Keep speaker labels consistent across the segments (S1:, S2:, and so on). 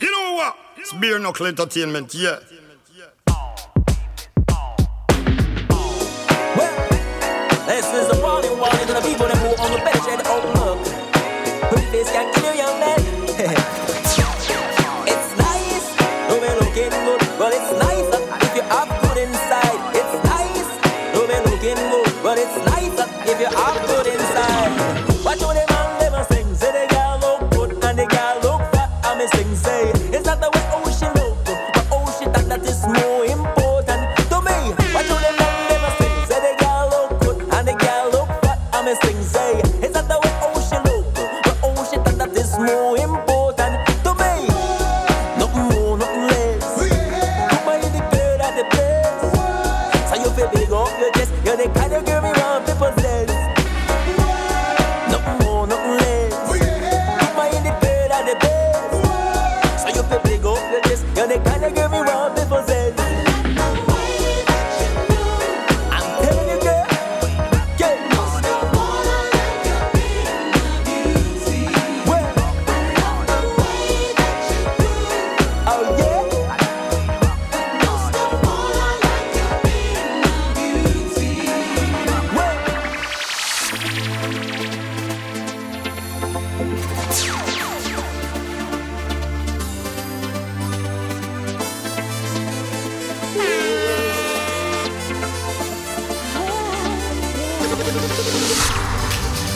S1: know what? It's bare knuckle entertainment, yeah.
S2: This is the party while you're gonna be when I on the bench and open up. Pretty face can kill you, young man. it's nice, no man looking good. Well, it's nice if you have good inside. It's nice, no man looking good. Well, it's nice if you have good inside. Watch how them man them a sing, say the girl look good and the girl look fat. I me sing say it's not the way how she look, but how she talk that is more important to me. Watch how them man them a sing, say the girl look good and the girl look fat. I me sing say it's not the way how she look, but how she talk that is more important to me. Nothing more, nothing less. Come by the girl at the place, so you feel big up your chest. You're the kind of girl me want people possess. Nothing more, nothing less. You find it good at the best. So you feel big up your chest. You're the kind of girl me want to possess. I'm telling you, girl. Girl. Well. Oh, yeah. Well.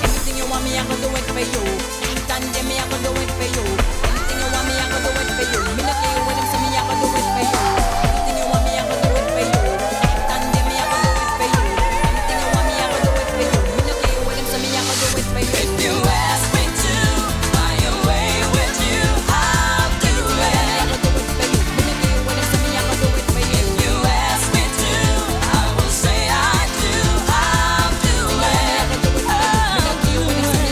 S3: Anything you want me, I can do it for you. Anytime you me, I can do it for you. Anything you want me, I can do it for you. Me not care when them say me, I can do it for you. Anything you want me, I can do it for you. Anytime you me, I can do it for you. Anything you want me, I can do it for you. Me not care when them say me, I can do it for you. If you ask me to buy away with you, I'll do it. I can do it for you. Me not care when them say me, I can do it for you. If you ask me to, I will say I do. I'll do it. I can do it for you.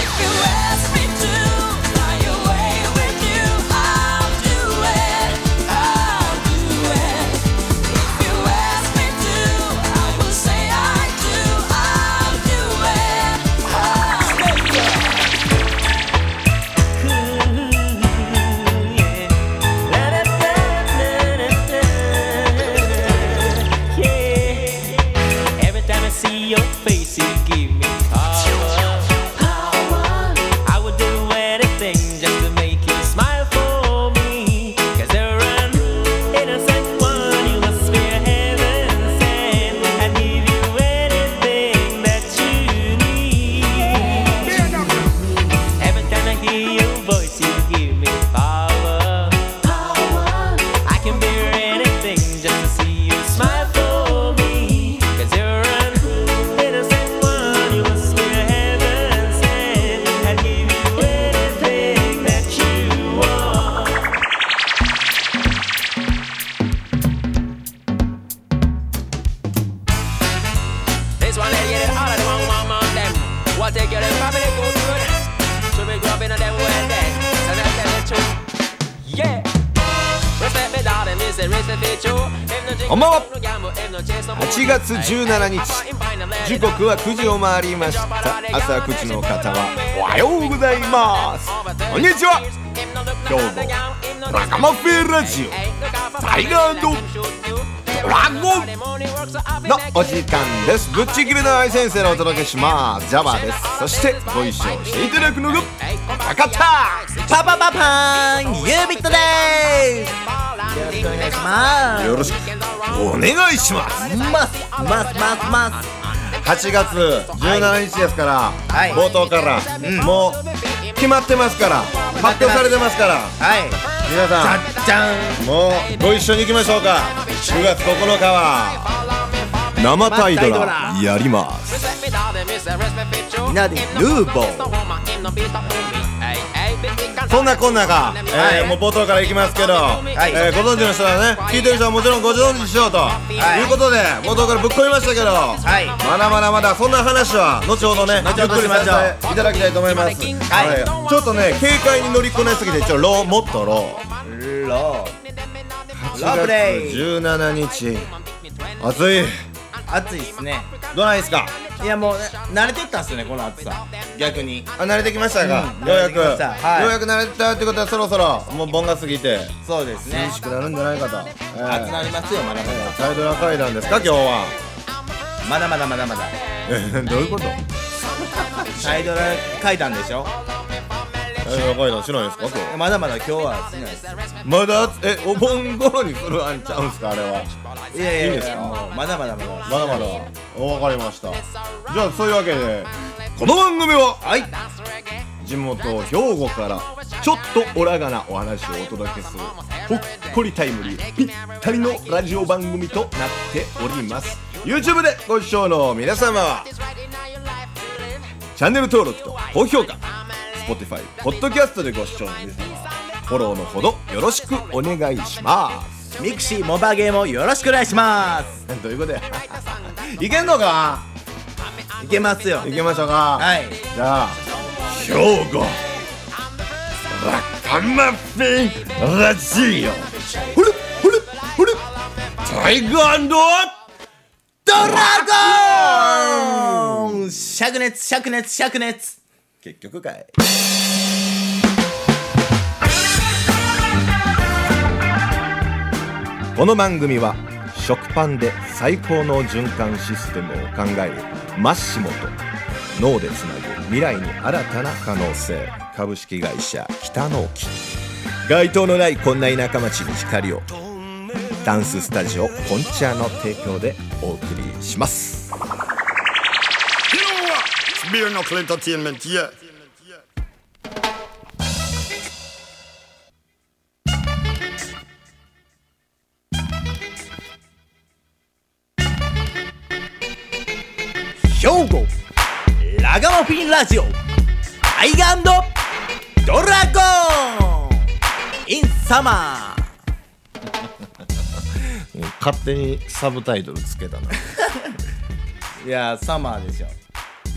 S3: If you ask me to fly away with you, I'll do it. I'll do it. If you ask me to, I will say I do. I'll do it. I'll do it.
S2: Every time I see your face, you give me power. I would do anything just to make you smile for me. Cause you're an innocent one, you must be a heaven sent. I give you anything that you need. Every time I hear your voice, you give me power. I can bear anything just to see you smile for me. Cause you're an innocent one, you must be heaven sent. I give you anything that you want. This one lady did all of the wrong, wrong, wrong them. What take your family go through that? Should be grubbing on them well then. So that's the truth. Yeah. Respect me, darling, me say respect me too. If no drink,
S4: こんばんは
S2: no gamble, if no chase, no
S4: 8月17日時刻は9時を回りました朝9時の方はおはようございますこんにちは今日もラカマフェラジオタイガードラゴンのお時間ですぶっちぎりの愛先生でお届けしますジャバですそしてご一緒していただくのがパカタ
S5: パパパパーンユービットですよろしくお願いしま
S4: よろしくお願いします
S5: すますますますます8月17日ですから、
S2: はい
S5: 冒頭から、
S2: ん
S5: もう決まってますから発表されてますから
S2: はい
S5: 皆さん
S2: じゃじゃん
S5: もうご一緒に行きましょうか9月9日は生
S2: タイドラ
S5: やります
S2: みんなでヌーボー
S5: そんなこんなが、えーもう冒頭から行きますけど、
S2: い
S5: えーご存知の人はね聞いてる人はもちろんご存知でしょうと、
S2: い
S5: い、うことで冒頭からぶっ込みましたけど、
S2: はい
S5: まだまだまだそんな話は後ほどね
S2: 後
S5: ゆ
S2: ほ
S5: っ
S2: ど
S5: くりさせていただきたいと思います、
S2: はい
S5: ちょっとね軽快に乗りこなしすぎてちょっとローもっとロー
S2: ローラブレイ
S5: 17日暑い
S2: 暑いですね
S5: どないですか
S2: いやもうね慣れてったんすよねこの暑さ逆に
S5: あ慣れてきましたか、
S2: うん
S5: よう
S2: 慣れ
S5: やく、
S2: てきましたはい
S5: ようやく慣れてきたってことはそろそろもう盆が過ぎて
S2: そうです
S5: 涼
S2: ね
S5: しくなるんじゃないかと、えー
S2: 暑なりますよまだまだ
S5: タイドラ階段ですか今日は
S2: まだまだまだまだ
S5: どういうこと
S2: サイドラ階段でしょ
S5: タイドラ階段しないんですか今日
S2: まだまだ今日はしないです
S5: まだ暑えお盆頃にするあんちゃうんすかあれはい
S2: やいや
S5: いい
S2: い
S5: です
S2: や
S5: か
S2: もうまだまだまだ
S5: まだまだお分かりましたじゃあそういうわけでこの番組ははい地元兵庫からちょっとオラがなお話をお届けするほっこりタイムリーぴったりのラジオ番組となっております YouTube でご視聴の皆様はチャンネル登録と高評価 Spotify ポッドキャストでご視聴の皆様はフォローのほどよろしくお願いします
S2: ミクシーモバゲーもよろしくお願いします
S5: どういうことや いけんのか
S2: いけますよ
S5: いけましょうか
S2: はい
S5: じゃあ兵庫ラカマフィンラジオほれほれほれタイガー
S2: ドラゴン灼熱灼熱灼熱
S5: 結局かいこの番組は食パンで最高の循環システムを考えるマッシモと脳でつなぐ未来に新たな可能性株式会社北の木街灯のないこんな田舎町に光をダンススタジオコンチャの提供でお送りします
S6: You know what? It's Beer Knuckle Entertainment, yeah.
S2: 兵庫ラガマフィンラジオタイガードラゴンインサマー
S5: 勝手にサブタイトルつけたない
S2: やーサマーでしょ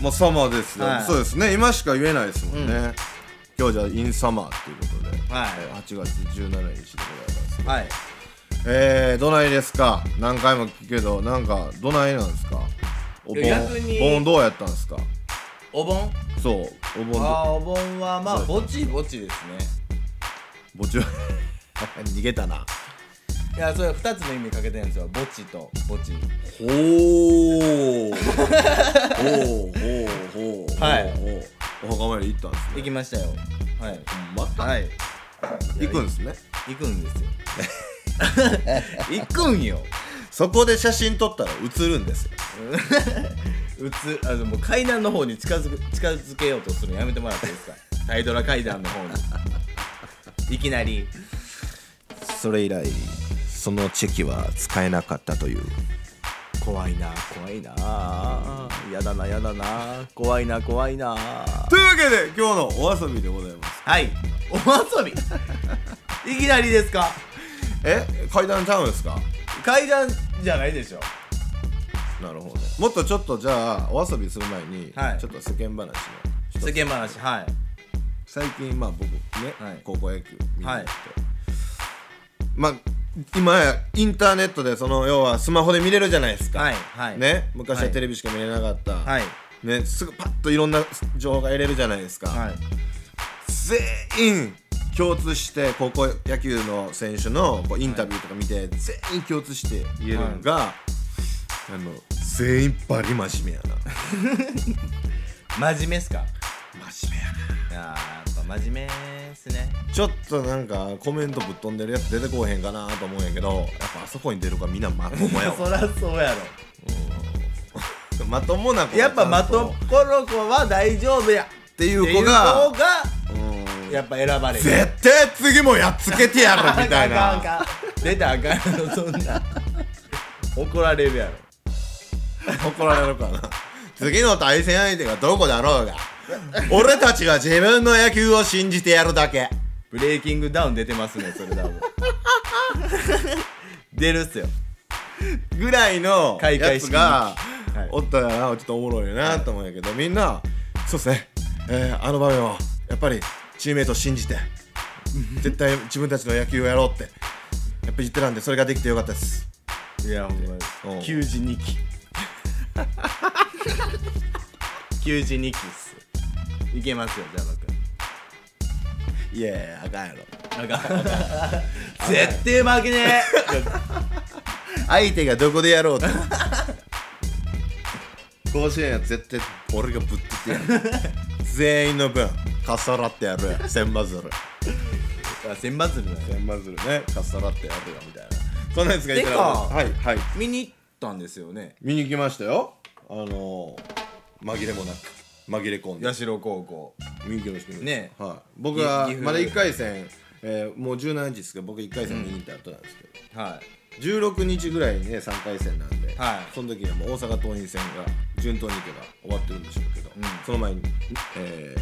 S5: まあサマーですよ、
S2: はい
S5: そうですね今しか言えないですもんね、今日じゃあインサマーっていうことで、
S2: はい
S5: えー8月17日でございます
S2: はい
S5: えー、どないですか何回も聞くけどなんかどないなんですかお盆
S2: いや逆に
S5: 盆どうやったんですか
S2: お盆
S5: そうお盆
S2: あ
S5: ど
S2: ーお盆はまあぼちぼちですね
S5: ぼち 逃げたない
S2: やそれ2つの意味かけてるんですよぼちとぼち
S5: ほ ーほーほーほー
S2: はい
S5: ほーお墓参り行ったんですね
S2: 行きましたよはい
S5: また
S2: はい
S5: 行くんですね
S2: 行くん ですよ行くんよ
S5: そこで写真撮ったら写るんですよ
S2: うつあのもう階段の方に近づく近づけようとするのやめてもらっていい ですかタイドラ階段の方にいきなり
S5: それ以来そのチェキは使えなかったという
S2: 怖いな怖いなやだなやだな怖いな怖いな
S5: というわけで今日のお遊びでございます
S2: はいお遊びいきなりですか
S5: え階段ちゃうんですか
S2: 階段じゃないでしょ
S5: なるほどもっとちょっとじゃあお遊びする前に、
S2: はい
S5: ちょっと世間話を一つ
S2: 世間話はい
S5: 最近まあ僕ね、
S2: はい
S5: 高校野球見に行
S2: は
S5: って、
S2: い
S5: まあ今やインターネットでその要はスマホで見れるじゃないですか、
S2: はいはい
S5: ね昔は
S2: はい
S5: テレビしか見れなかった、
S2: はい
S5: ね、すぐパッといろんな情報が得れるじゃないですか、
S2: はい
S5: 全員共通して高校野球の選手のこうインタビューとか見て、全員共通して言えるのが、あの全員バリ真面目やな
S2: 真面目っすか
S5: 真面目やない
S2: やーやっぱ真面目っす ね
S5: ちょっとなんかコメントぶっ飛んでるやつ出てこうへんかな と思うんやけどやっぱあそこに出るからみんなまともやわ
S2: そらそうやろ
S4: まともな子が
S5: やっぱまと
S4: ち
S5: この子は大丈夫やっ
S4: ゃんとってい
S5: て
S4: う
S5: いう
S4: 子
S5: 子
S4: が
S5: がやっぱ選ばれる
S4: 絶対次もやっつけてやるみた
S5: あか
S4: い
S5: ん
S4: な
S5: あかんあかん出たらあかんよそんな怒られるやろ
S4: 怒られるかな次の対戦相手がどこだろうが俺たちは自分の野球を信じてやるだけ
S5: ブレイキングダウン出てますねそれ多分 出るっすよ
S4: ぐらいの
S5: 開
S4: や
S5: 会
S4: つ
S5: 式
S4: が
S5: はい
S4: おったらなちょっとおもろいなと思うんやけどみんなそうですね、えーあの場面はやっぱりチームメイトを信じて絶対自分たちの野球をやろうってやっぱり言ってたんでそれができてよかったです
S5: いやほんま
S4: うん
S5: に92期92期っすいけますよじゃ
S4: いやいやあかんやろ
S5: あ僕あかんあかん絶対負けね
S4: 相手がどこでやろうと甲子園は絶対俺がぶっつってやる全員の分かっさらってやるよ千羽鶴
S5: えあ千羽鶴だよ
S4: 千羽鶴ねかっさらってやるよみたいなそんなやつがいたら
S5: てか
S4: はいはい
S5: 見に行ったんですよね
S4: 見に来ましたよあのー、紛れもなく紛れ込んで
S5: 社高校
S4: 見に来ました
S5: ね
S4: はい、僕は
S5: 岐阜
S4: まだ1回戦、えーもう17日ですけど僕1回戦見に行った後なんですけど、
S5: はい
S4: 16日ぐらいにね3回戦なんで、
S5: はい
S4: その時にはもう大阪桐蔭戦が順当にいけば終わってるんでしょうけど、
S5: ん
S4: その前に、え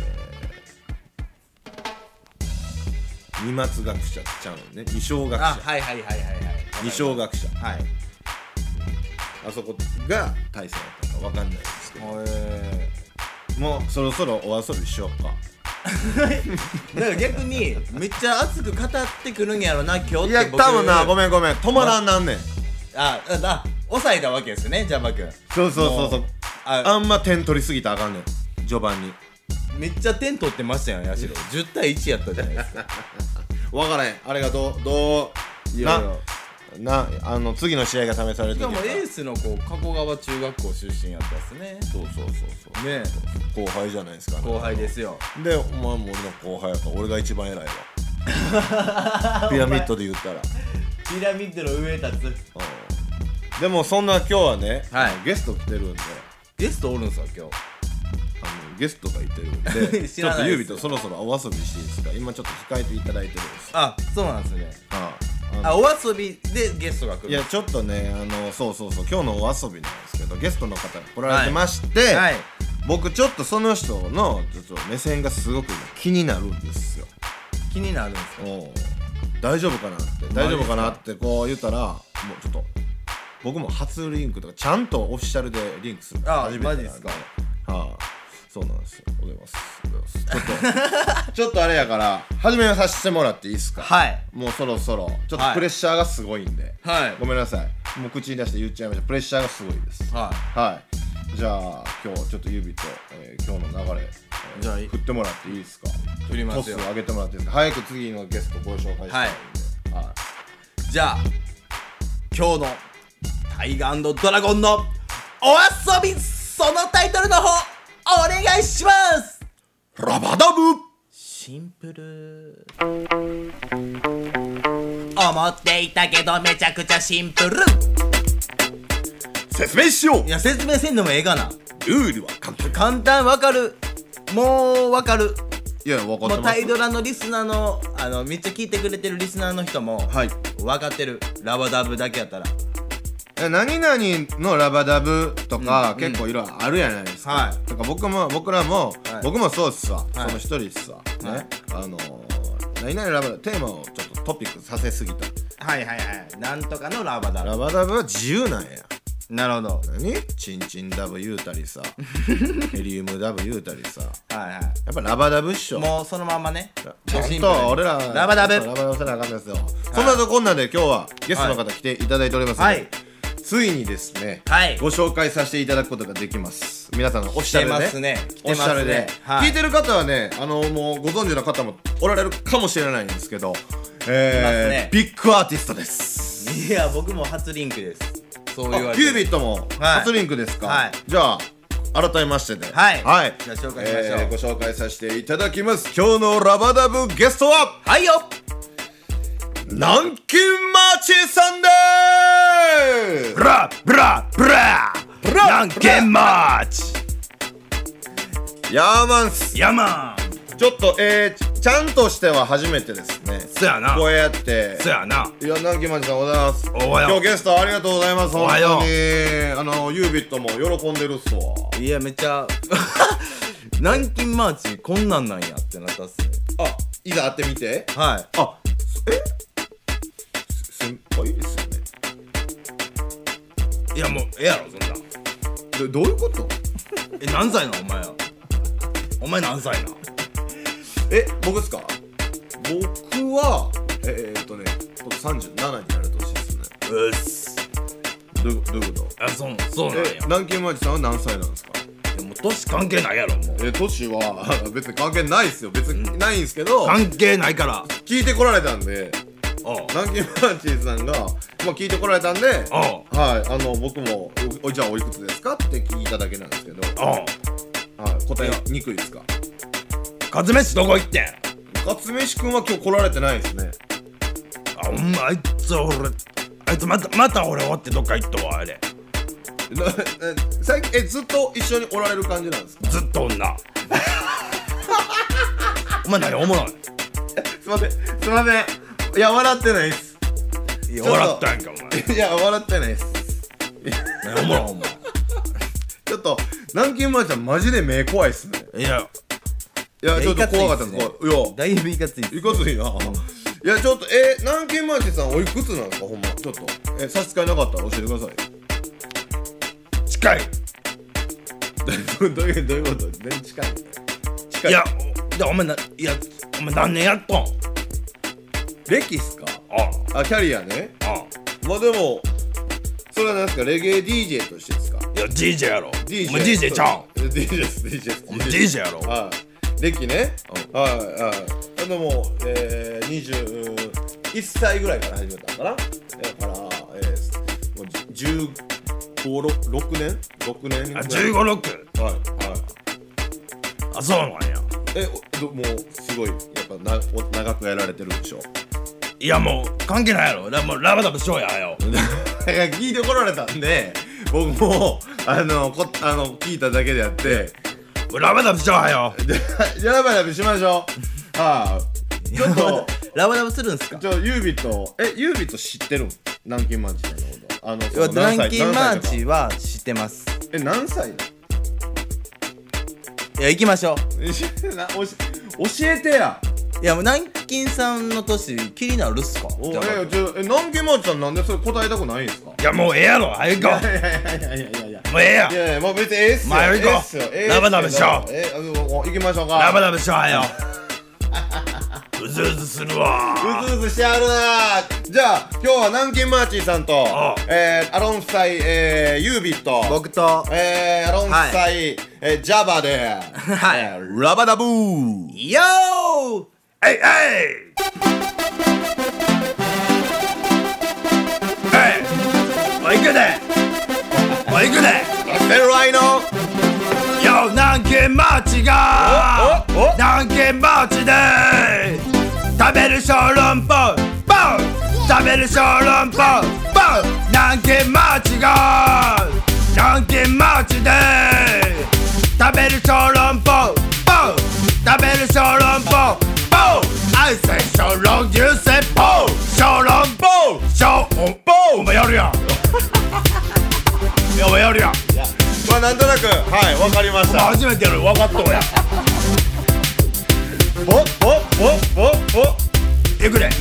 S4: ー、二松学舎ちゃうのね二松学舎、
S5: あはいはいはいはいはい
S4: 二松学舎
S5: はい
S4: あそこが対戦やったか分かんないですけど
S5: え
S4: もうそろそろお遊びしようか
S5: だから逆にめっちゃ熱く語ってくるんやろな今日ってい
S4: いや多分なご
S5: ん
S4: めんごめん止まらんなんねん
S5: あああ抑えたわけですねジャンバ君
S4: そうそうそうそう
S5: もう
S4: あ
S5: あ
S4: んま点取りすぎたらあかんねん序盤に
S5: めっちゃ点取ってましたよね社10対1やったじゃないですか
S4: 分からへんあれがどうどう
S5: い
S4: な
S5: やいや
S4: なあの次の試合が試され
S5: してか
S4: る
S5: もエースの子加古川中学校出身やったっすね
S4: そうそうそうそう
S5: ね
S4: 後輩じゃないですか、
S5: 後輩ですよ
S4: でお前も俺の後輩やから俺が一番偉い わピラミッドで言ったら
S5: ピラミッドの上立つ
S4: でもそんな今日はね、
S5: はい
S4: ゲスト来てるんで
S5: ゲストおるんすか今日
S4: あのゲストがいてるん で
S5: 知
S4: ちょ
S5: ら
S4: っと
S5: ない
S4: ゆ
S5: です
S4: うびとそろそろお遊びしていいですか今ちょっと控えていただいてるんです
S5: あそうなんですね
S4: あ
S5: あお遊びでゲストが来る
S4: いやちょっとねあのそうそうそう今日のお遊びなんですけどゲストの方が来られてまして、
S5: はい
S4: 僕ちょっとその人のちょっと目線がすごく気になるんですよ
S5: 気になるんですか
S4: お大丈夫かなって大丈夫かなってこう言ったらもうちょっと僕も初リンクとかちゃんとオフィシャルでリンクするの
S5: あ
S4: 初めてな
S5: マ
S4: ん
S5: ジっすか
S4: はい、そうなんですよおはようございますおはようございますちょっと ちょっとあれやから始めさせてもらっていいですか
S5: はい
S4: もうそろそろちょっ
S5: は
S4: と
S5: い
S4: プレッシャーがすごいんで、
S5: はい
S4: ごめんなさいもう口に出して言っちゃいましたプレッシャーがすごいです、
S5: はい
S4: じゃあ今日ちょっと指と、えー今日の流れ、えー
S5: じゃあ
S4: 振ってもらっていいですか
S5: 振りますよ
S4: トス上げてもらっていいですか早く次のゲストご紹介したいんで、はい
S5: じゃあ今日の「タイガードラゴン」のお遊びそのタイトルの方お願いします
S4: ラバダブ
S5: シンプル思っていたけどめちゃくちゃシンプル
S4: 説明しよう
S5: いや説明せんでもええがな
S4: ルールは簡単
S5: 簡単わかるもうわかる
S4: いや分かって
S5: もう
S4: ま
S5: タ
S4: す
S5: イドラのリスナーのあのめっちゃ聞いてくれてるリスナーの人も、
S4: はい
S5: わかってるラバダブだけやったら
S4: え何々のラバダブとか、
S5: うん
S4: 結構いろいろあるじゃないですか。
S5: はい
S4: とか僕も僕らも、
S5: はい
S4: 僕もそうっす
S5: は
S4: わ、
S5: い
S4: その一人っすわ、ね
S5: はい
S4: あのー、何々ラバダブテーマをちょっとトピックさせすぎた
S5: はいはいはいなんとかのラバダブ
S4: ラバダブは自由なんや
S5: なるほど
S4: 何チンチンダブ言うたりさヘリウムダブ言うたりさや
S5: はいは
S4: っぱラバダブっし
S5: い。
S4: ょ
S5: もうそのまんまね。
S4: ちょっと俺ら
S5: ラバダブ
S4: ラバダブせなあかんですよ、そんなとこんなんで今日はゲストの方来ていただいておりますので、
S5: はい
S4: ついにですね、
S5: はい
S4: ご紹介させていただくことができます皆さんのオフィシャルで
S5: 来てますね来て
S4: オフ
S5: ますね
S4: ィシャルで、
S5: はい
S4: 聞いてる方はねあのもうご存知の方もおられるかもしれないんですけど、えー
S5: いますね
S4: ビッグアーティストです
S5: いや、僕も初リンクです。そう言わ
S4: あ
S5: れ
S4: キ
S5: て
S4: ュー
S5: る
S4: ビットも
S5: はい
S4: 初リンクですか、
S5: はい
S4: じゃあ改めましてで、
S5: はい
S4: はい、
S5: じゃあ紹介しましょう
S4: ご紹介させていただきます今日のラバダブゲストは
S5: はいよ
S4: 南京マーチさんでーすブラブラブラブ
S7: ラン
S5: ゲンマーチ
S4: ヤーマンっす
S5: ヤマン
S4: ちょっとえー、ちちゃんとしては初めてですね
S5: そやな
S4: こうやって
S5: そやない
S4: や、南京町さんおはようございます。
S5: おはよう
S4: 今日ゲストありがとうございます。
S5: おはよう
S4: 本当にあの、ユービットも喜んでるっすわ。
S5: いやめっちゃ南京マーチこんなんなんやってなったっすね
S4: あ、いざ会ってみて。
S5: はい
S4: あ、えす先輩ですよね。
S5: いやもうええやろそんなん
S4: どどういうこと
S5: え何歳なんお前はお前何歳なん
S4: え、僕っすか僕は、えー、っとね、僕37になる年ですね。
S5: うっす
S4: どういうどういうこ
S5: あそうそうなん
S4: と
S5: や
S4: え、南京町さんは何歳なんですか
S5: いやもう年関係ないやろもう
S4: えー、年は 別に関係ないっすよ。別にないんすけど、
S5: 関係ないから
S4: 聞いてこられたんで、
S5: おう
S4: 南京マーチーさんが、まあ、聞いてこられたんで、
S5: おう
S4: はい、あの僕もおおじゃあおいくつですかって聞いただけなんですけ
S5: お
S4: ど、
S5: う
S4: はい、答えにくいですか
S5: カツメ飯どこ行ってん
S4: 勝飯くんは今日来られてないですね
S5: あお前あいつ俺あいつまたまた俺終わってどっか行ったわあれ
S4: なえ最近えずっと一緒におられる感じなんですか
S5: ずっ と女お前何おもろ
S4: すいませんすいませんいや笑ってないっす
S5: いいや
S4: ちょっと
S5: 笑ったやんかお前
S4: いや笑ってないっす
S5: 何おもろいお前
S4: ちょっと南京マーちゃんマジで目怖いっすね
S5: いや、
S4: いやちょっと怖かっ
S7: いか
S4: たです
S7: ついっすね
S4: 怖いいや
S7: だいぶいかついっす
S4: いかついな、いやちょっとえ南京マーチさんおいくつなんですかほんまちょっとえ差し支えなかったら教えてください
S5: 近い。
S4: どういうどういうこと全然近い近
S5: いや、おいや、お前な、いや、お前何年やっとん。
S4: 歴っすか
S5: あん、
S4: あキャリアね
S5: あ
S4: まあでもそれは何ですかレゲエ DJ としてですか
S5: ん。いや、DJ やろ。
S4: DJ
S5: お前 DJ ちゃうん。
S4: そう DJ です DJ です
S5: お前 DJ やろ。
S4: はい歴ねはいはいあでもえー、21歳ぐらいから始めたんかなだからえー、もう1 5 6年6年ぐ
S5: あ、
S4: らい
S5: 15、6。
S4: はいはい
S5: あ、そうなんや。
S4: えおどもうすごいやっぱなお長くやられてるんでしょ
S5: いや、もう関係ないやろ。だもうラバダブしようや、は よ。
S4: 聞いてこられたんで僕もあのこあの聞いただけであって
S5: もうラバダブしようはよ。
S4: じゃじゃラバラビしましょうはあちょっ と
S7: ラバラバするんすか
S4: じゃあユービットえユービット知ってるん南京マーチさんのことあのその
S7: ラ
S4: 何
S7: ン
S4: 歳
S7: キンマー
S4: 何歳
S7: チは知ってます
S4: とかえ何歳
S7: いや行きましょう
S4: え なおし教えてや
S7: いやもう南京さんの年気になるっすか
S4: お
S7: じゃあ
S4: えちょえ南京マーチさんなんでそれ答えたくないんですか
S5: いや、もうええやろ。早く行こ
S4: いやいやいやいやいやいや
S5: う。もうええや
S4: い。やいや、もう別にええっすよ。
S5: 前行こう
S4: ええっすよええっすよ
S5: ラバダブしよう
S4: ええ、あの行きましょうか。
S5: ラバダブしようは よ。うずうずするわ。
S4: うずうずしてあるなーじゃあ、今日は南京マーチーさんと
S5: ああ、
S4: えー、アロン夫妻、えー、ユービット、
S7: 僕と
S4: えー、アロン夫妻、
S7: は
S4: えー、ジャバで、
S7: はい
S4: えーラバダブー
S7: よー
S5: えいえいえいおい行くでおい行くで
S4: セルライの
S5: よ南京町が
S4: おおお
S5: 南京町で食べる小籠包ボン食べる小籠包ボン南京町が南京町で食べる小籠包ボン食べる小籠包ボン I say 小籠 you say ボン小籠包小籠包お前やる やんいやお前やるやん
S4: まあ、なんとなく、はい、わかりまし
S5: お
S4: た。
S5: 前初めてやる分かっとうやん
S4: お、お、お、お、お、
S5: 行くで
S4: はい、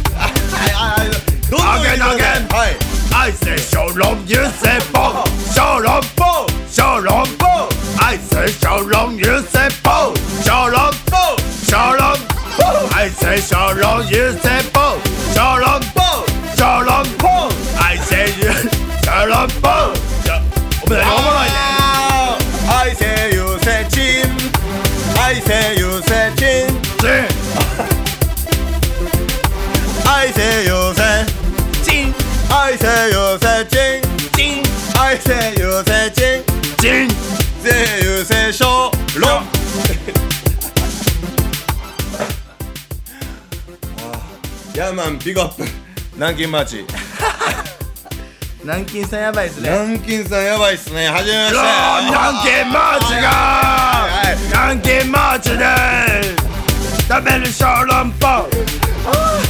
S4: はい、はい、どんどん行って
S5: 投げ
S4: ください
S5: 投げ
S4: はい。
S5: I say 小籠，You say 包，小笼包，小笼包。I say 小笼，You say 包，小笼包，小笼包。I say 小笼，You say 包，小笼包，小笼包。I say you 小笼包，小我们来我们来一点。
S4: I say you say chin I say you say chin
S5: 是
S4: I say you say
S5: 金
S4: I say you say chin
S5: 金
S4: I say you say chin
S5: 金
S4: Say you say 小笼ヤーマンビッグアップ南京マーチ
S5: 南京さんやばいですね
S4: 南京さんやばいっすね。はじめまして。
S6: 南京町が
S4: はいはい
S6: 南京町で食べる小籠包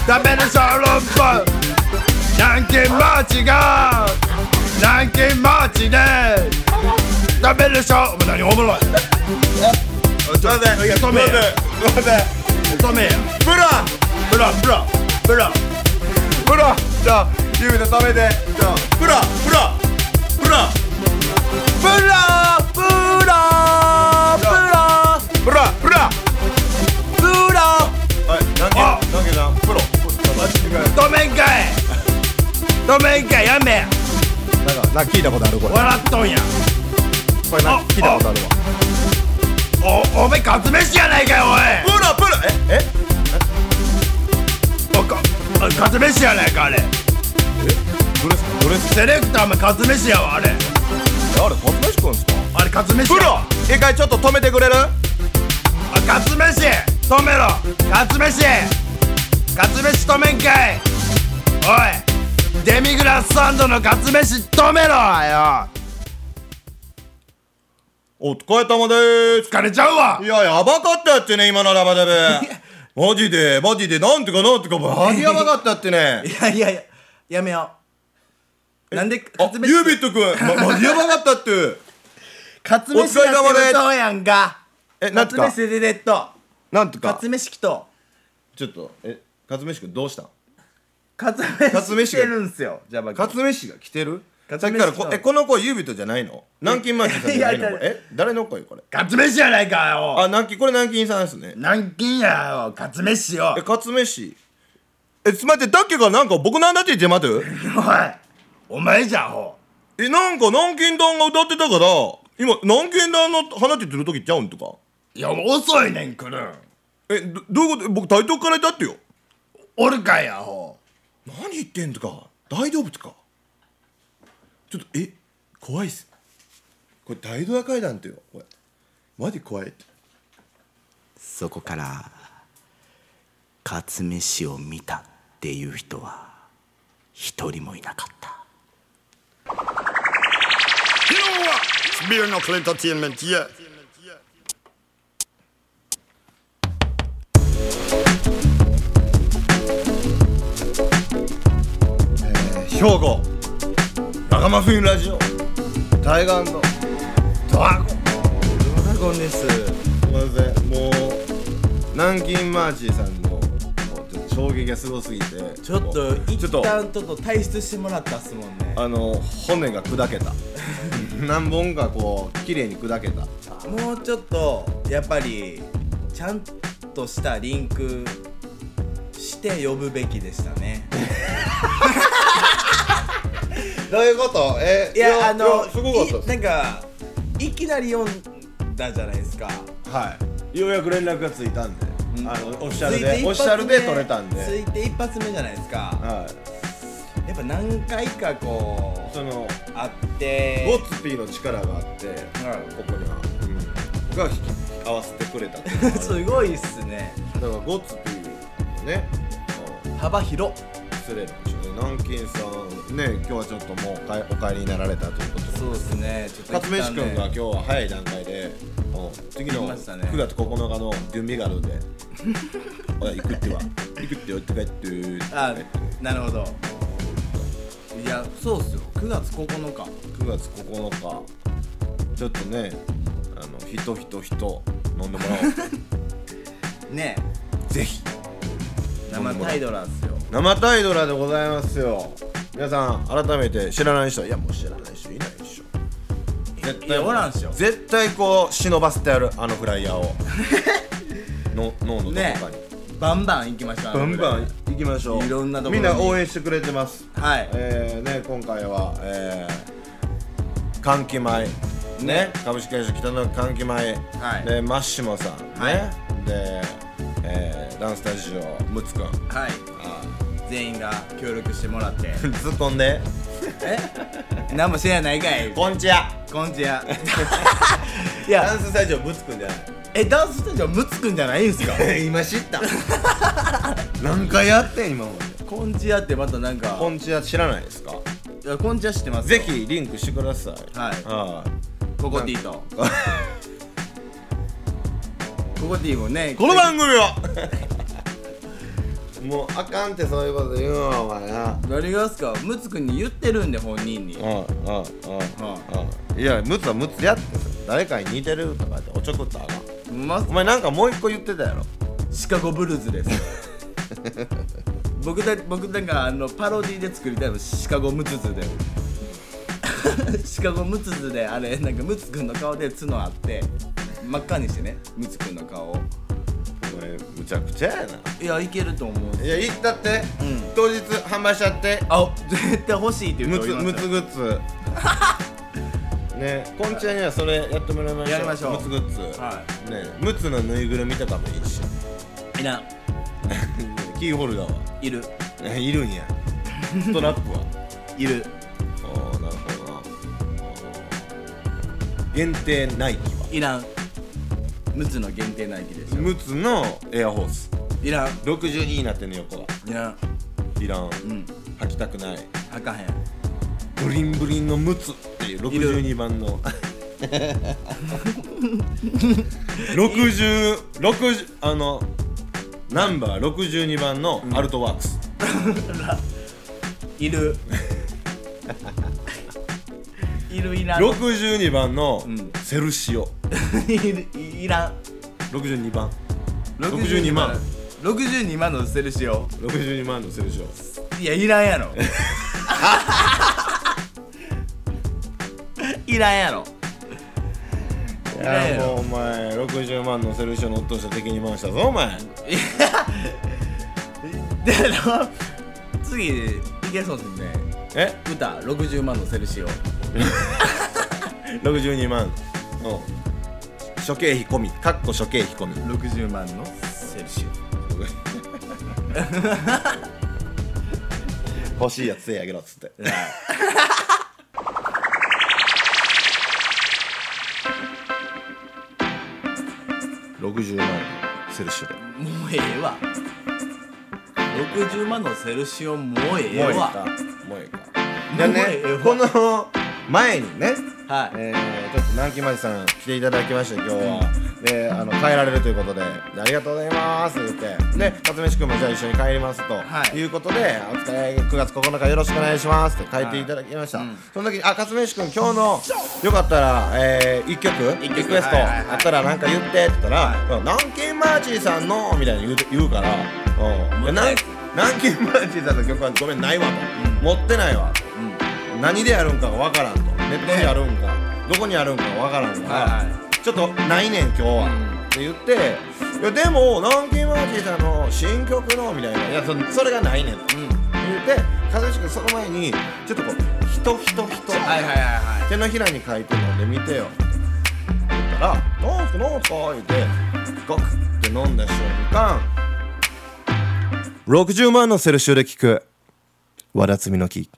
S6: 食べる小籠包南京町が南京町で食べる小お前何おもろい
S4: ちょっと待って、いや、止めて。待って。
S6: 止めや
S4: ブラ
S6: ブラブラブラ
S4: ブラじゃあ、ゆうで止めて。じゃあ、ブラブラブラブラブラブラブラブラ
S5: ブラ
S4: はい、南京
S6: あ
S4: 南京さん、プロ。マジでかい
S6: 止めんかい止めんかいやめや
S4: なんか、なんか聞いたことあるこれ。
S6: 笑っとんや
S4: これなんか聞いたことあるわ。
S6: おおめえカツ飯やないかい
S4: ブラブラええ
S6: おいおかおいカツ飯やないかあれ
S4: どれっすどれっす
S6: セレクターお前カツ飯やわあれ
S4: あれ、カツメシくんですか
S6: あれカツ飯
S4: プ
S6: や
S4: ロ一回ちょっと止めてくれる
S6: あカツ飯止めろカツ飯カツ飯止めんかいおいデミグラスサンドのカツ飯止めろよ
S4: お疲れ様でーす
S6: 疲れちゃうわ
S4: いや、やばかったってね、今のラバダブ。マジで、マジで、なんとかなんとか、マジやばかったってね
S5: い。やいやいややめようなんで
S4: あ、
S5: 勝
S4: ユービットくん、ま、マジやばかったって。
S5: 勝飯や
S4: お疲れ様
S5: っ
S4: で
S5: てことやんか
S4: え、なんと
S5: 勝
S4: か
S5: 飯、でででっと
S4: なんとか
S5: 勝、飯きと
S4: ちょっと、え、カツメシくんどうしたん
S5: 勝
S4: 勝
S5: 飯
S4: 飯
S5: し
S4: して
S5: るんすよじゃあバカ
S4: カツメシが来てるさっ
S5: カツ
S4: き
S5: メシ
S4: からこ
S5: 来、た
S4: え、この子ユービットじゃないの南京マーチさんじゃない
S5: い
S4: の
S5: やいやいや
S4: え、誰の声これ。
S6: カツ飯やないかよ
S4: あ、南京、これ南京さんですね。
S6: 南京やよカツ飯よ
S4: え、カツメシ。え、つまって、だっけがなんか僕なんだって言って待って。
S6: おいお前じゃほ
S4: え、なんか南京団が歌ってたから、今、南京団の花って言ってる時ちゃうんとか。
S6: いや遅いねん来るん
S4: えどどういうことえ僕台東からいたってよ
S6: おるかいやほ
S4: 何言ってんとか大丈夫とかちょっとえ怖いっすこれ大ドア階段ってよこれマジ怖いって
S8: そこから「かつめしを見た」っていう人は一人もいなかった。
S1: You know what? It's bare knuckle entertainment, yeah.
S4: 兵庫ラガマフィンラジオ対岸のドラゴン
S5: ドラゴンです
S4: すいませんもう南京マーチーさんのもうちょっと衝撃がすごすぎて
S5: ちょっと
S4: ちょ
S5: 一
S4: っと
S5: 旦ちょっと退出してもらったっすもんね
S4: あの骨が砕けた 何本かこう綺麗に砕けた
S5: もうちょっとやっぱりちゃんとしたリンクして呼ぶべきでしたね
S4: どういうことえ
S5: いやあの
S4: すごかった
S5: いなんかいきなり読んだじゃないですか
S4: はいようやく連絡がついたんで、あのオフィシャル
S5: ついて
S4: で
S5: 一発目
S4: オフィシャルで取れたんで
S5: ついて一発目じゃないですか
S4: はい
S5: やっぱ何回かこ
S4: そうの
S5: あって
S4: ゴッツピーの力があって、ここには、が引き合わせてくれたっていうのが
S5: すごいっすね
S4: だからゴッツピーね
S5: 幅広
S4: 失礼なんでしょうね南京さんね今日はちょっともうお帰お帰りになられたということで
S5: そうですねちょっと
S4: 勝飯君が今
S5: 一
S4: 日は早い段階で、うん次
S5: 言い
S4: の
S5: ましたね
S4: 9月9日の準備があるんで 「おい行くっては行くってよ」って帰って
S5: 旦ねあなるほどいやそうっすよ9月9日
S4: 9月9日ちょっとねあの人人人飲んでもら
S5: ね
S4: おうぜひ
S5: 生タイドラですよ
S4: 生タイドラでございますよ皆さん改めて知らない人はいやもう知らない人いないでしょ絶
S5: いやおらんっしょ
S4: 絶対こう忍ばせてやるあのフライヤ ーをの脳のどこかに、
S5: ねバンバン行きましょう
S4: バンバン行きましょう
S5: いろんなところ
S4: み
S5: に
S4: んな応援してくれてます
S5: はい
S4: えー、ね今回はえー、換気米ね株式会社北の換気米、
S5: はい
S4: でマッシモさんね、
S5: はい
S4: で、えー、ダンスタジオムツくん
S5: はい全員が協力してもらって
S4: ツッコんで
S5: え何も知らないかい
S4: こんちは
S5: こんちはいや
S4: ンススタジオムツくんじゃな
S5: えダンススタジオムツくんじゃないんすか
S4: い今知った何回やってん今まで
S5: こんちはってまたなんか
S4: こんちは知らないですか
S5: い
S2: あこんちは知ってます
S4: ぜ
S2: よ
S4: ひリンクしてください
S2: はい
S4: あ
S2: ココティーとココティーもね
S4: この番組は もうあかんってそういうこと言うわお前な
S2: 誰がっすかムツ君に言ってるんで本人に
S4: うんうんうんうんいやムツはムツやって誰かに似てるとかっておちょくったらあかん
S2: ま
S4: お前なんかもう一個言ってたやろ
S2: シカゴブルーズです 僕だ僕なんかあのパロディで作りたいのシカゴムツツでシカゴムツツであれなんかムツくんの顔で角あって真っ赤にしてねムツくんの顔を
S4: お前むちゃくちゃやない
S2: やいけると思う
S4: いや行ったって、
S2: ん
S4: 当日販売しちゃって
S2: あ絶対欲しいって言
S4: ム
S2: う
S4: ツ
S2: 人おり
S4: ム
S2: ます
S4: ツ
S2: よ
S4: グッ ズねえこんちゃんにはそれやってもらいましょう
S2: やりましょう
S4: ムツグッズ、
S2: は
S4: ねえムツのぬいぐるみとかもいいし
S2: いらん
S4: キーホルダーはい
S2: る
S4: えいる んやストラップは
S2: いる
S4: ああなるほどな限定ナイキはい
S2: らんムツの限定ナイキでしょ
S4: ムツのエアホース
S2: いらん
S4: 62になってんの横が
S2: いらん
S4: いらん、
S2: うん
S4: 履きたくない
S2: あかへん
S4: ブリンブリンのムツっていう
S2: いる
S4: 62番の60 60あのナンバー62番のアルトワークス、
S2: い るいるいらん
S4: 62番の
S2: ん
S4: セルシオ
S2: いるいらん
S4: 62番62万
S2: 62万のセルシオ
S4: 62万のセルシオ
S2: いやいらんや ろいらんやろ
S4: い
S2: やいや
S4: やもうお前60万のセルシオの落とした敵に回したぞお前
S2: であの次いけそうですね
S4: え
S2: 歌60万のセルシオ
S4: 62万の諸経費込みかっこ諸経費込み
S2: 60万のセルシオ
S4: 欲しいやつ手あげろっつって60万セルシオで
S2: もうええわ60万のセルシオもうええ
S4: もういい
S2: わ
S4: かもういいかじゃあね
S2: もうええわ
S4: この前にね
S2: はい
S4: えー、ちょっと南京町さん来ていただきました今日は、であの帰られるということで「ありがとうございます」って言ってで辰飯君もじゃあ一緒に帰りますと、
S2: はい
S4: いうことで「お疲れ9月9日よろしくお願いします」って帰っていただきました、その時に「あ辰飯君今日のよかったら、えー、1曲
S2: 一曲
S4: リクエスト
S2: はいはいはい
S4: あったらなんか言って」って言ったら「南京マーチーさんの」みたいに言う言うから「うんいや南南京マーチーさんの曲はごめんないわ」と「持ってないわ」何でやるんかがわからんとネットでやるんか、どこにあるんかわからんから、
S2: はい
S4: ちょっとないねん今日は、って言っていやでも南京マーチーさんの新曲のみたいないやそそれがないねん、って言って和義君その前にちょっとこう「人人人」
S2: はいはいはいはい
S4: 手のひらに書いて飲んでみてよって言ったら「なんすかなんすか?」言ってガクって飲んだ瞬間60万のセルシュで聞くわだつみの木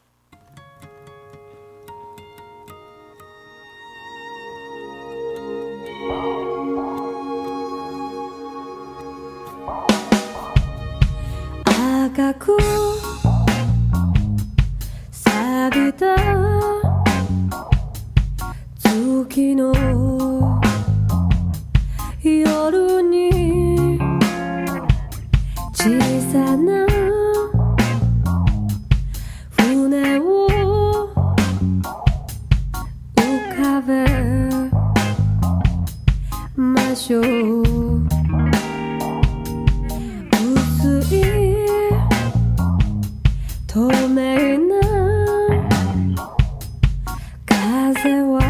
S9: 赤く錆びた月の夜に小さな船を浮かべましょう薄い透明な風は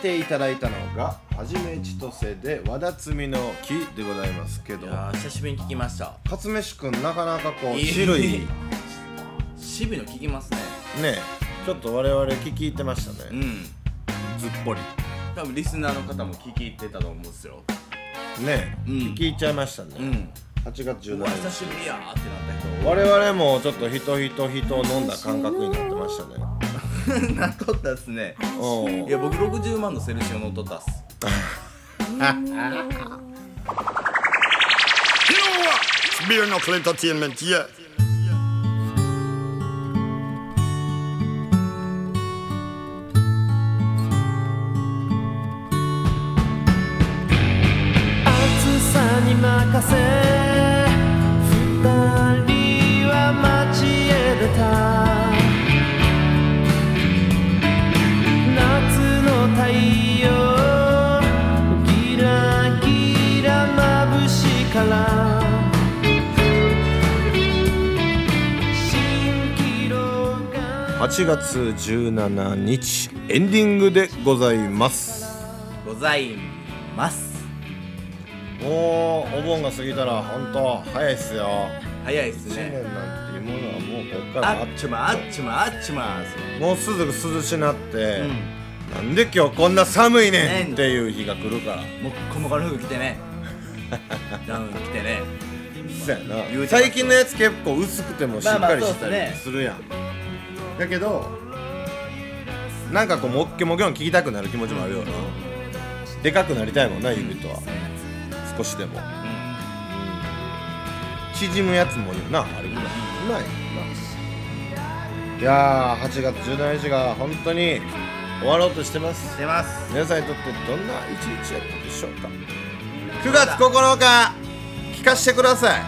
S4: ていただいたのがはじめ千歳で和田摘みの木でございますけど
S5: やー久しぶりに聞きました
S4: 初飯くんなかなかこう
S5: いい
S4: 種類ね
S5: 渋いの聞きますね
S4: ちょっと我々聞き入ってました
S5: う
S4: ね
S5: ん
S4: ずっぽり
S5: 多分リスナーの方も聞き入ってたと思うんですよ
S4: ね、
S5: うん
S4: 聞き入っちゃいましたね、
S5: うん
S4: 8月
S5: うわ久
S4: 17
S5: しぶりやーってなった人
S4: 我々もちょっと人人人を飲んだ感覚になってましたね
S5: 々なっとったっすね
S4: うん
S5: いや僕60万のセルシオ乗っとったっす
S1: You know what? It's bare knuckle entertainment, yeah.
S10: 暑さに任せ二人は街へ出た夏の太陽ギラギラ眩しいから蜃気楼が
S4: 8月17日エンディングでございます
S5: ございます
S4: もうお盆が過ぎたら本当早いっすよ
S5: 早いっす
S4: 新年
S5: ね
S4: なんていうものはもうこっから
S5: あっちまあっちまあっちまーす
S4: もうすぐ涼しなって、
S5: うん
S4: なんで今日こんな寒いね
S5: ね
S4: ん
S5: ん
S4: っていう日が来るから
S5: もっこもこの服着てねダウン着てね
S4: そうや
S5: 言う
S4: な
S5: てます
S4: 最近のやつ結構薄くてもしっかりした
S5: まあまあそうっす
S4: り
S5: ね
S4: するやん、だけどなんかこうもっけもけの聞きたくなる気持ちもあるよな、でかくなりたいもんな指とは少しでも、縮むやつもいるなあれぐらい、うまいないやー8月17日が本当に終わろうとしてます
S5: 出ます
S4: 皆さんにとってどんな一日やったでしょうか9月9日聞かせてください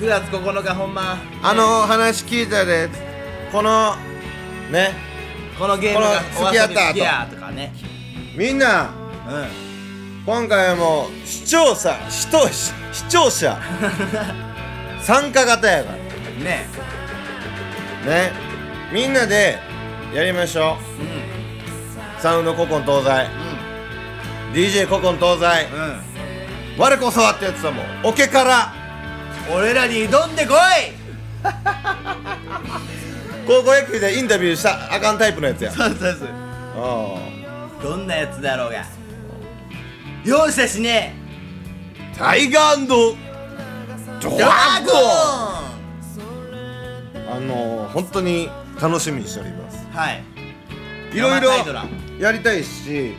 S5: 9月9日ほんま
S4: あの話聞いたでこのね
S5: このゲームが
S4: この好きやった
S5: お遊び好きやとかね
S4: みんな
S5: う
S4: 今回も視聴者視聴視 聴者参加型やか
S5: んね
S4: らねみんなでやりましょ
S5: う
S4: うん
S5: う
S4: サウンド古今東西
S5: ん
S4: DJ 古今東西我こそはってやつだもんオケから
S5: うん俺らに挑んでこい
S4: 高校野球でインタビューしたあかんタイプのやつや
S5: そうそうそう
S4: うん
S5: どんなやつだろうが容赦しね
S4: タイガード
S5: え
S4: ドラゴン
S5: ン
S4: あのー、本当に楽しみにしております
S5: はい
S4: いろい
S5: 生
S4: ろ
S5: タイトルは
S4: やりたいし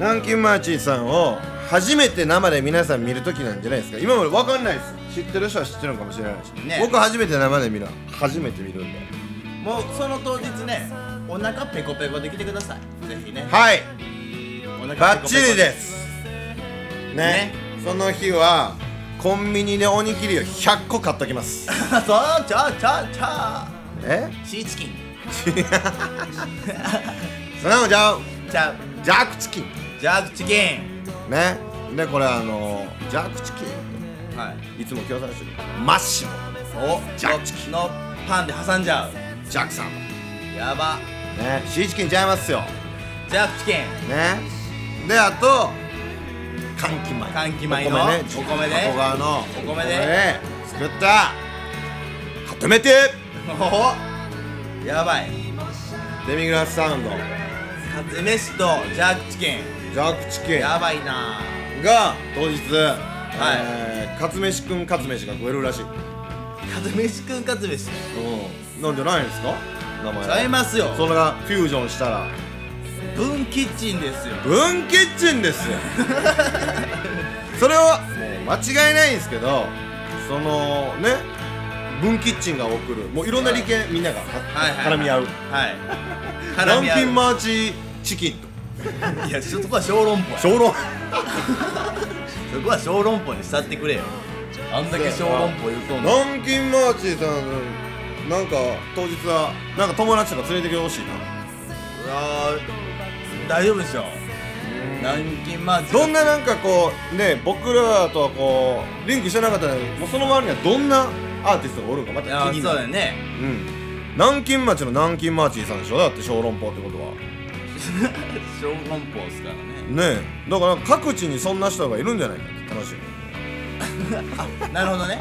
S4: 南京マーチーさんを初めて生で皆さん見る時なんじゃないですか今まで分かんないです知ってる人は知ってるのかもしれないし、
S5: ね
S4: 僕初めて生で見る初めて見るんで
S5: もうその当日ねお腹ペコペコできてくださいぜひね
S4: はい
S5: お腹
S4: バッチリですすね
S5: ね
S4: その日はコンビニでおにぎりを100個買っときます
S5: そうちょちょちょ
S4: え
S5: シーチキン
S4: そんなのじゃう
S5: ちゃう
S4: ジャークチキン
S5: ジャークチキン
S4: ねでこれあのー、ジャークチキン
S5: はい
S4: いつも共産してるマッシュも
S5: お
S4: ジャークチキン
S5: のパンで挟んじゃう
S4: ジャークさんも
S5: やば
S4: ねシーチキンちゃいますよ
S5: ジャークチキン
S4: ねであと寒気米
S5: 寒気米の
S4: お米ね
S5: お米で
S4: 加古川の
S5: お米で
S4: 作った固めて
S5: おおやばい
S4: デミグラスサウンド
S5: カツ飯とジャークチキ
S4: ジャークチキ
S5: ンやばいな
S4: ンが当日えーカツ飯くんカツ飯が食えるらしい
S5: カツ飯くんカツ飯
S4: うんなんじゃないですか名前
S5: ちゃいますよ
S4: それがフュージョンしたら
S5: 分キッチンですよ
S4: 文キッチンで すよそれはもう間違いないんですけどそのね文キッチンが送るもういろんな利権みんながは
S5: はいはいはい
S4: 絡み合 う
S5: はい
S4: ランピン
S5: も
S4: マーチチキンと
S5: いやそこは小籠包や
S4: 小籠
S5: そこは小籠包に慕ってくれよあんだけ小籠包言うとんの
S4: ランキンマーチさんなんか当日はなんか友達とか連れてきてほしいな
S5: うわー大丈夫でしょ南京マーチ
S4: どんななんかこうね僕らとはこうリンクしてなかったのにもうその周りにはどんなアーティストがおるのかま
S5: い
S4: た
S5: や
S4: 気に
S5: そ
S4: な
S5: う
S4: る
S5: だよね
S4: うん南京町の南京マーチーさんでしょだって小籠包ってことは
S2: 小本法ですからね
S5: ねえだから各地にそんな人がいるんじゃないかって 話
S2: なるほどね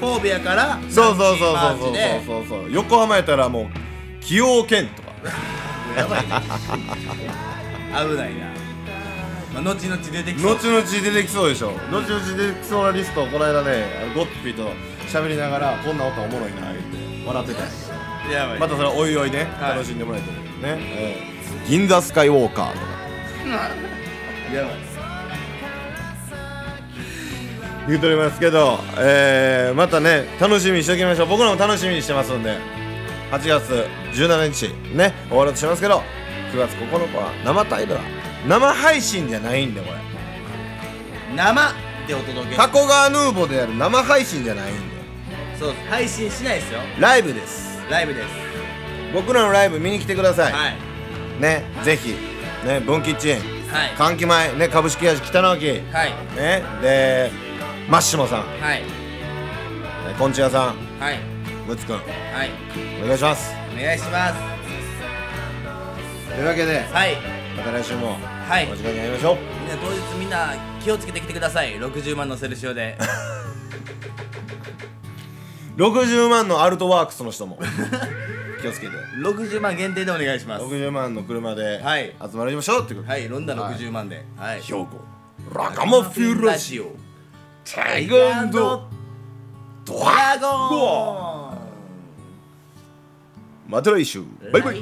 S2: 神戸やから
S5: そうそうそう
S2: マー
S5: そ
S2: チ
S5: う
S2: で
S5: そうそうそう横浜やったらもう崎陽軒とか
S2: やばいね危ないな、まあ、後々出てきそう
S5: 後々出てきそうでしょ後々出てきそうなリストをこの間ねあのゴッツピーと喋りながらこんな音おもろいな言って笑ってたんやけど
S2: やばい
S5: またそれおいおいね、
S2: はい
S5: 楽しんでもらいたいけどね、ええ銀座スカイウォーカーとか
S2: やばい
S5: 言うとりますけど、えー、またね楽しみにしておきましょう僕らも楽しみにしてますんで8月17日ね終わろうとしてますけど9月9日は生タイルは生配信じゃないんでこれ
S2: 生でお届け
S5: タコガーヌーボーでやる生配信じゃないんで
S2: そうです配信しないですよ
S5: ライブです
S2: ライブです
S5: 僕らのライブ見に来てください、
S2: はい
S5: ねぜひね分吉園
S2: はい
S5: 換気前ね株式会社北の脇
S2: はい
S5: ねでマッシモさんね
S2: はい
S5: こんちやさん
S2: はい
S5: むつくん
S2: はい
S5: お願いします
S2: お願いします
S5: というわけで
S2: はい
S5: また来週も
S2: はい
S5: お時間に会いましょう
S2: みんな当日みんな気をつけてきてください60万のセルシオで
S5: 60万のアルトワークスの 人も気をつけて
S2: 60万限定でお願いします
S5: 60万の車で
S2: はい
S5: 集まりましょうってこと
S2: はいロンダ60万ではい
S5: 兵庫ラカマフィーラジ
S2: ジオ
S5: タイガード
S2: ドラゴン
S5: また来週バイバイ
S2: バイバイ。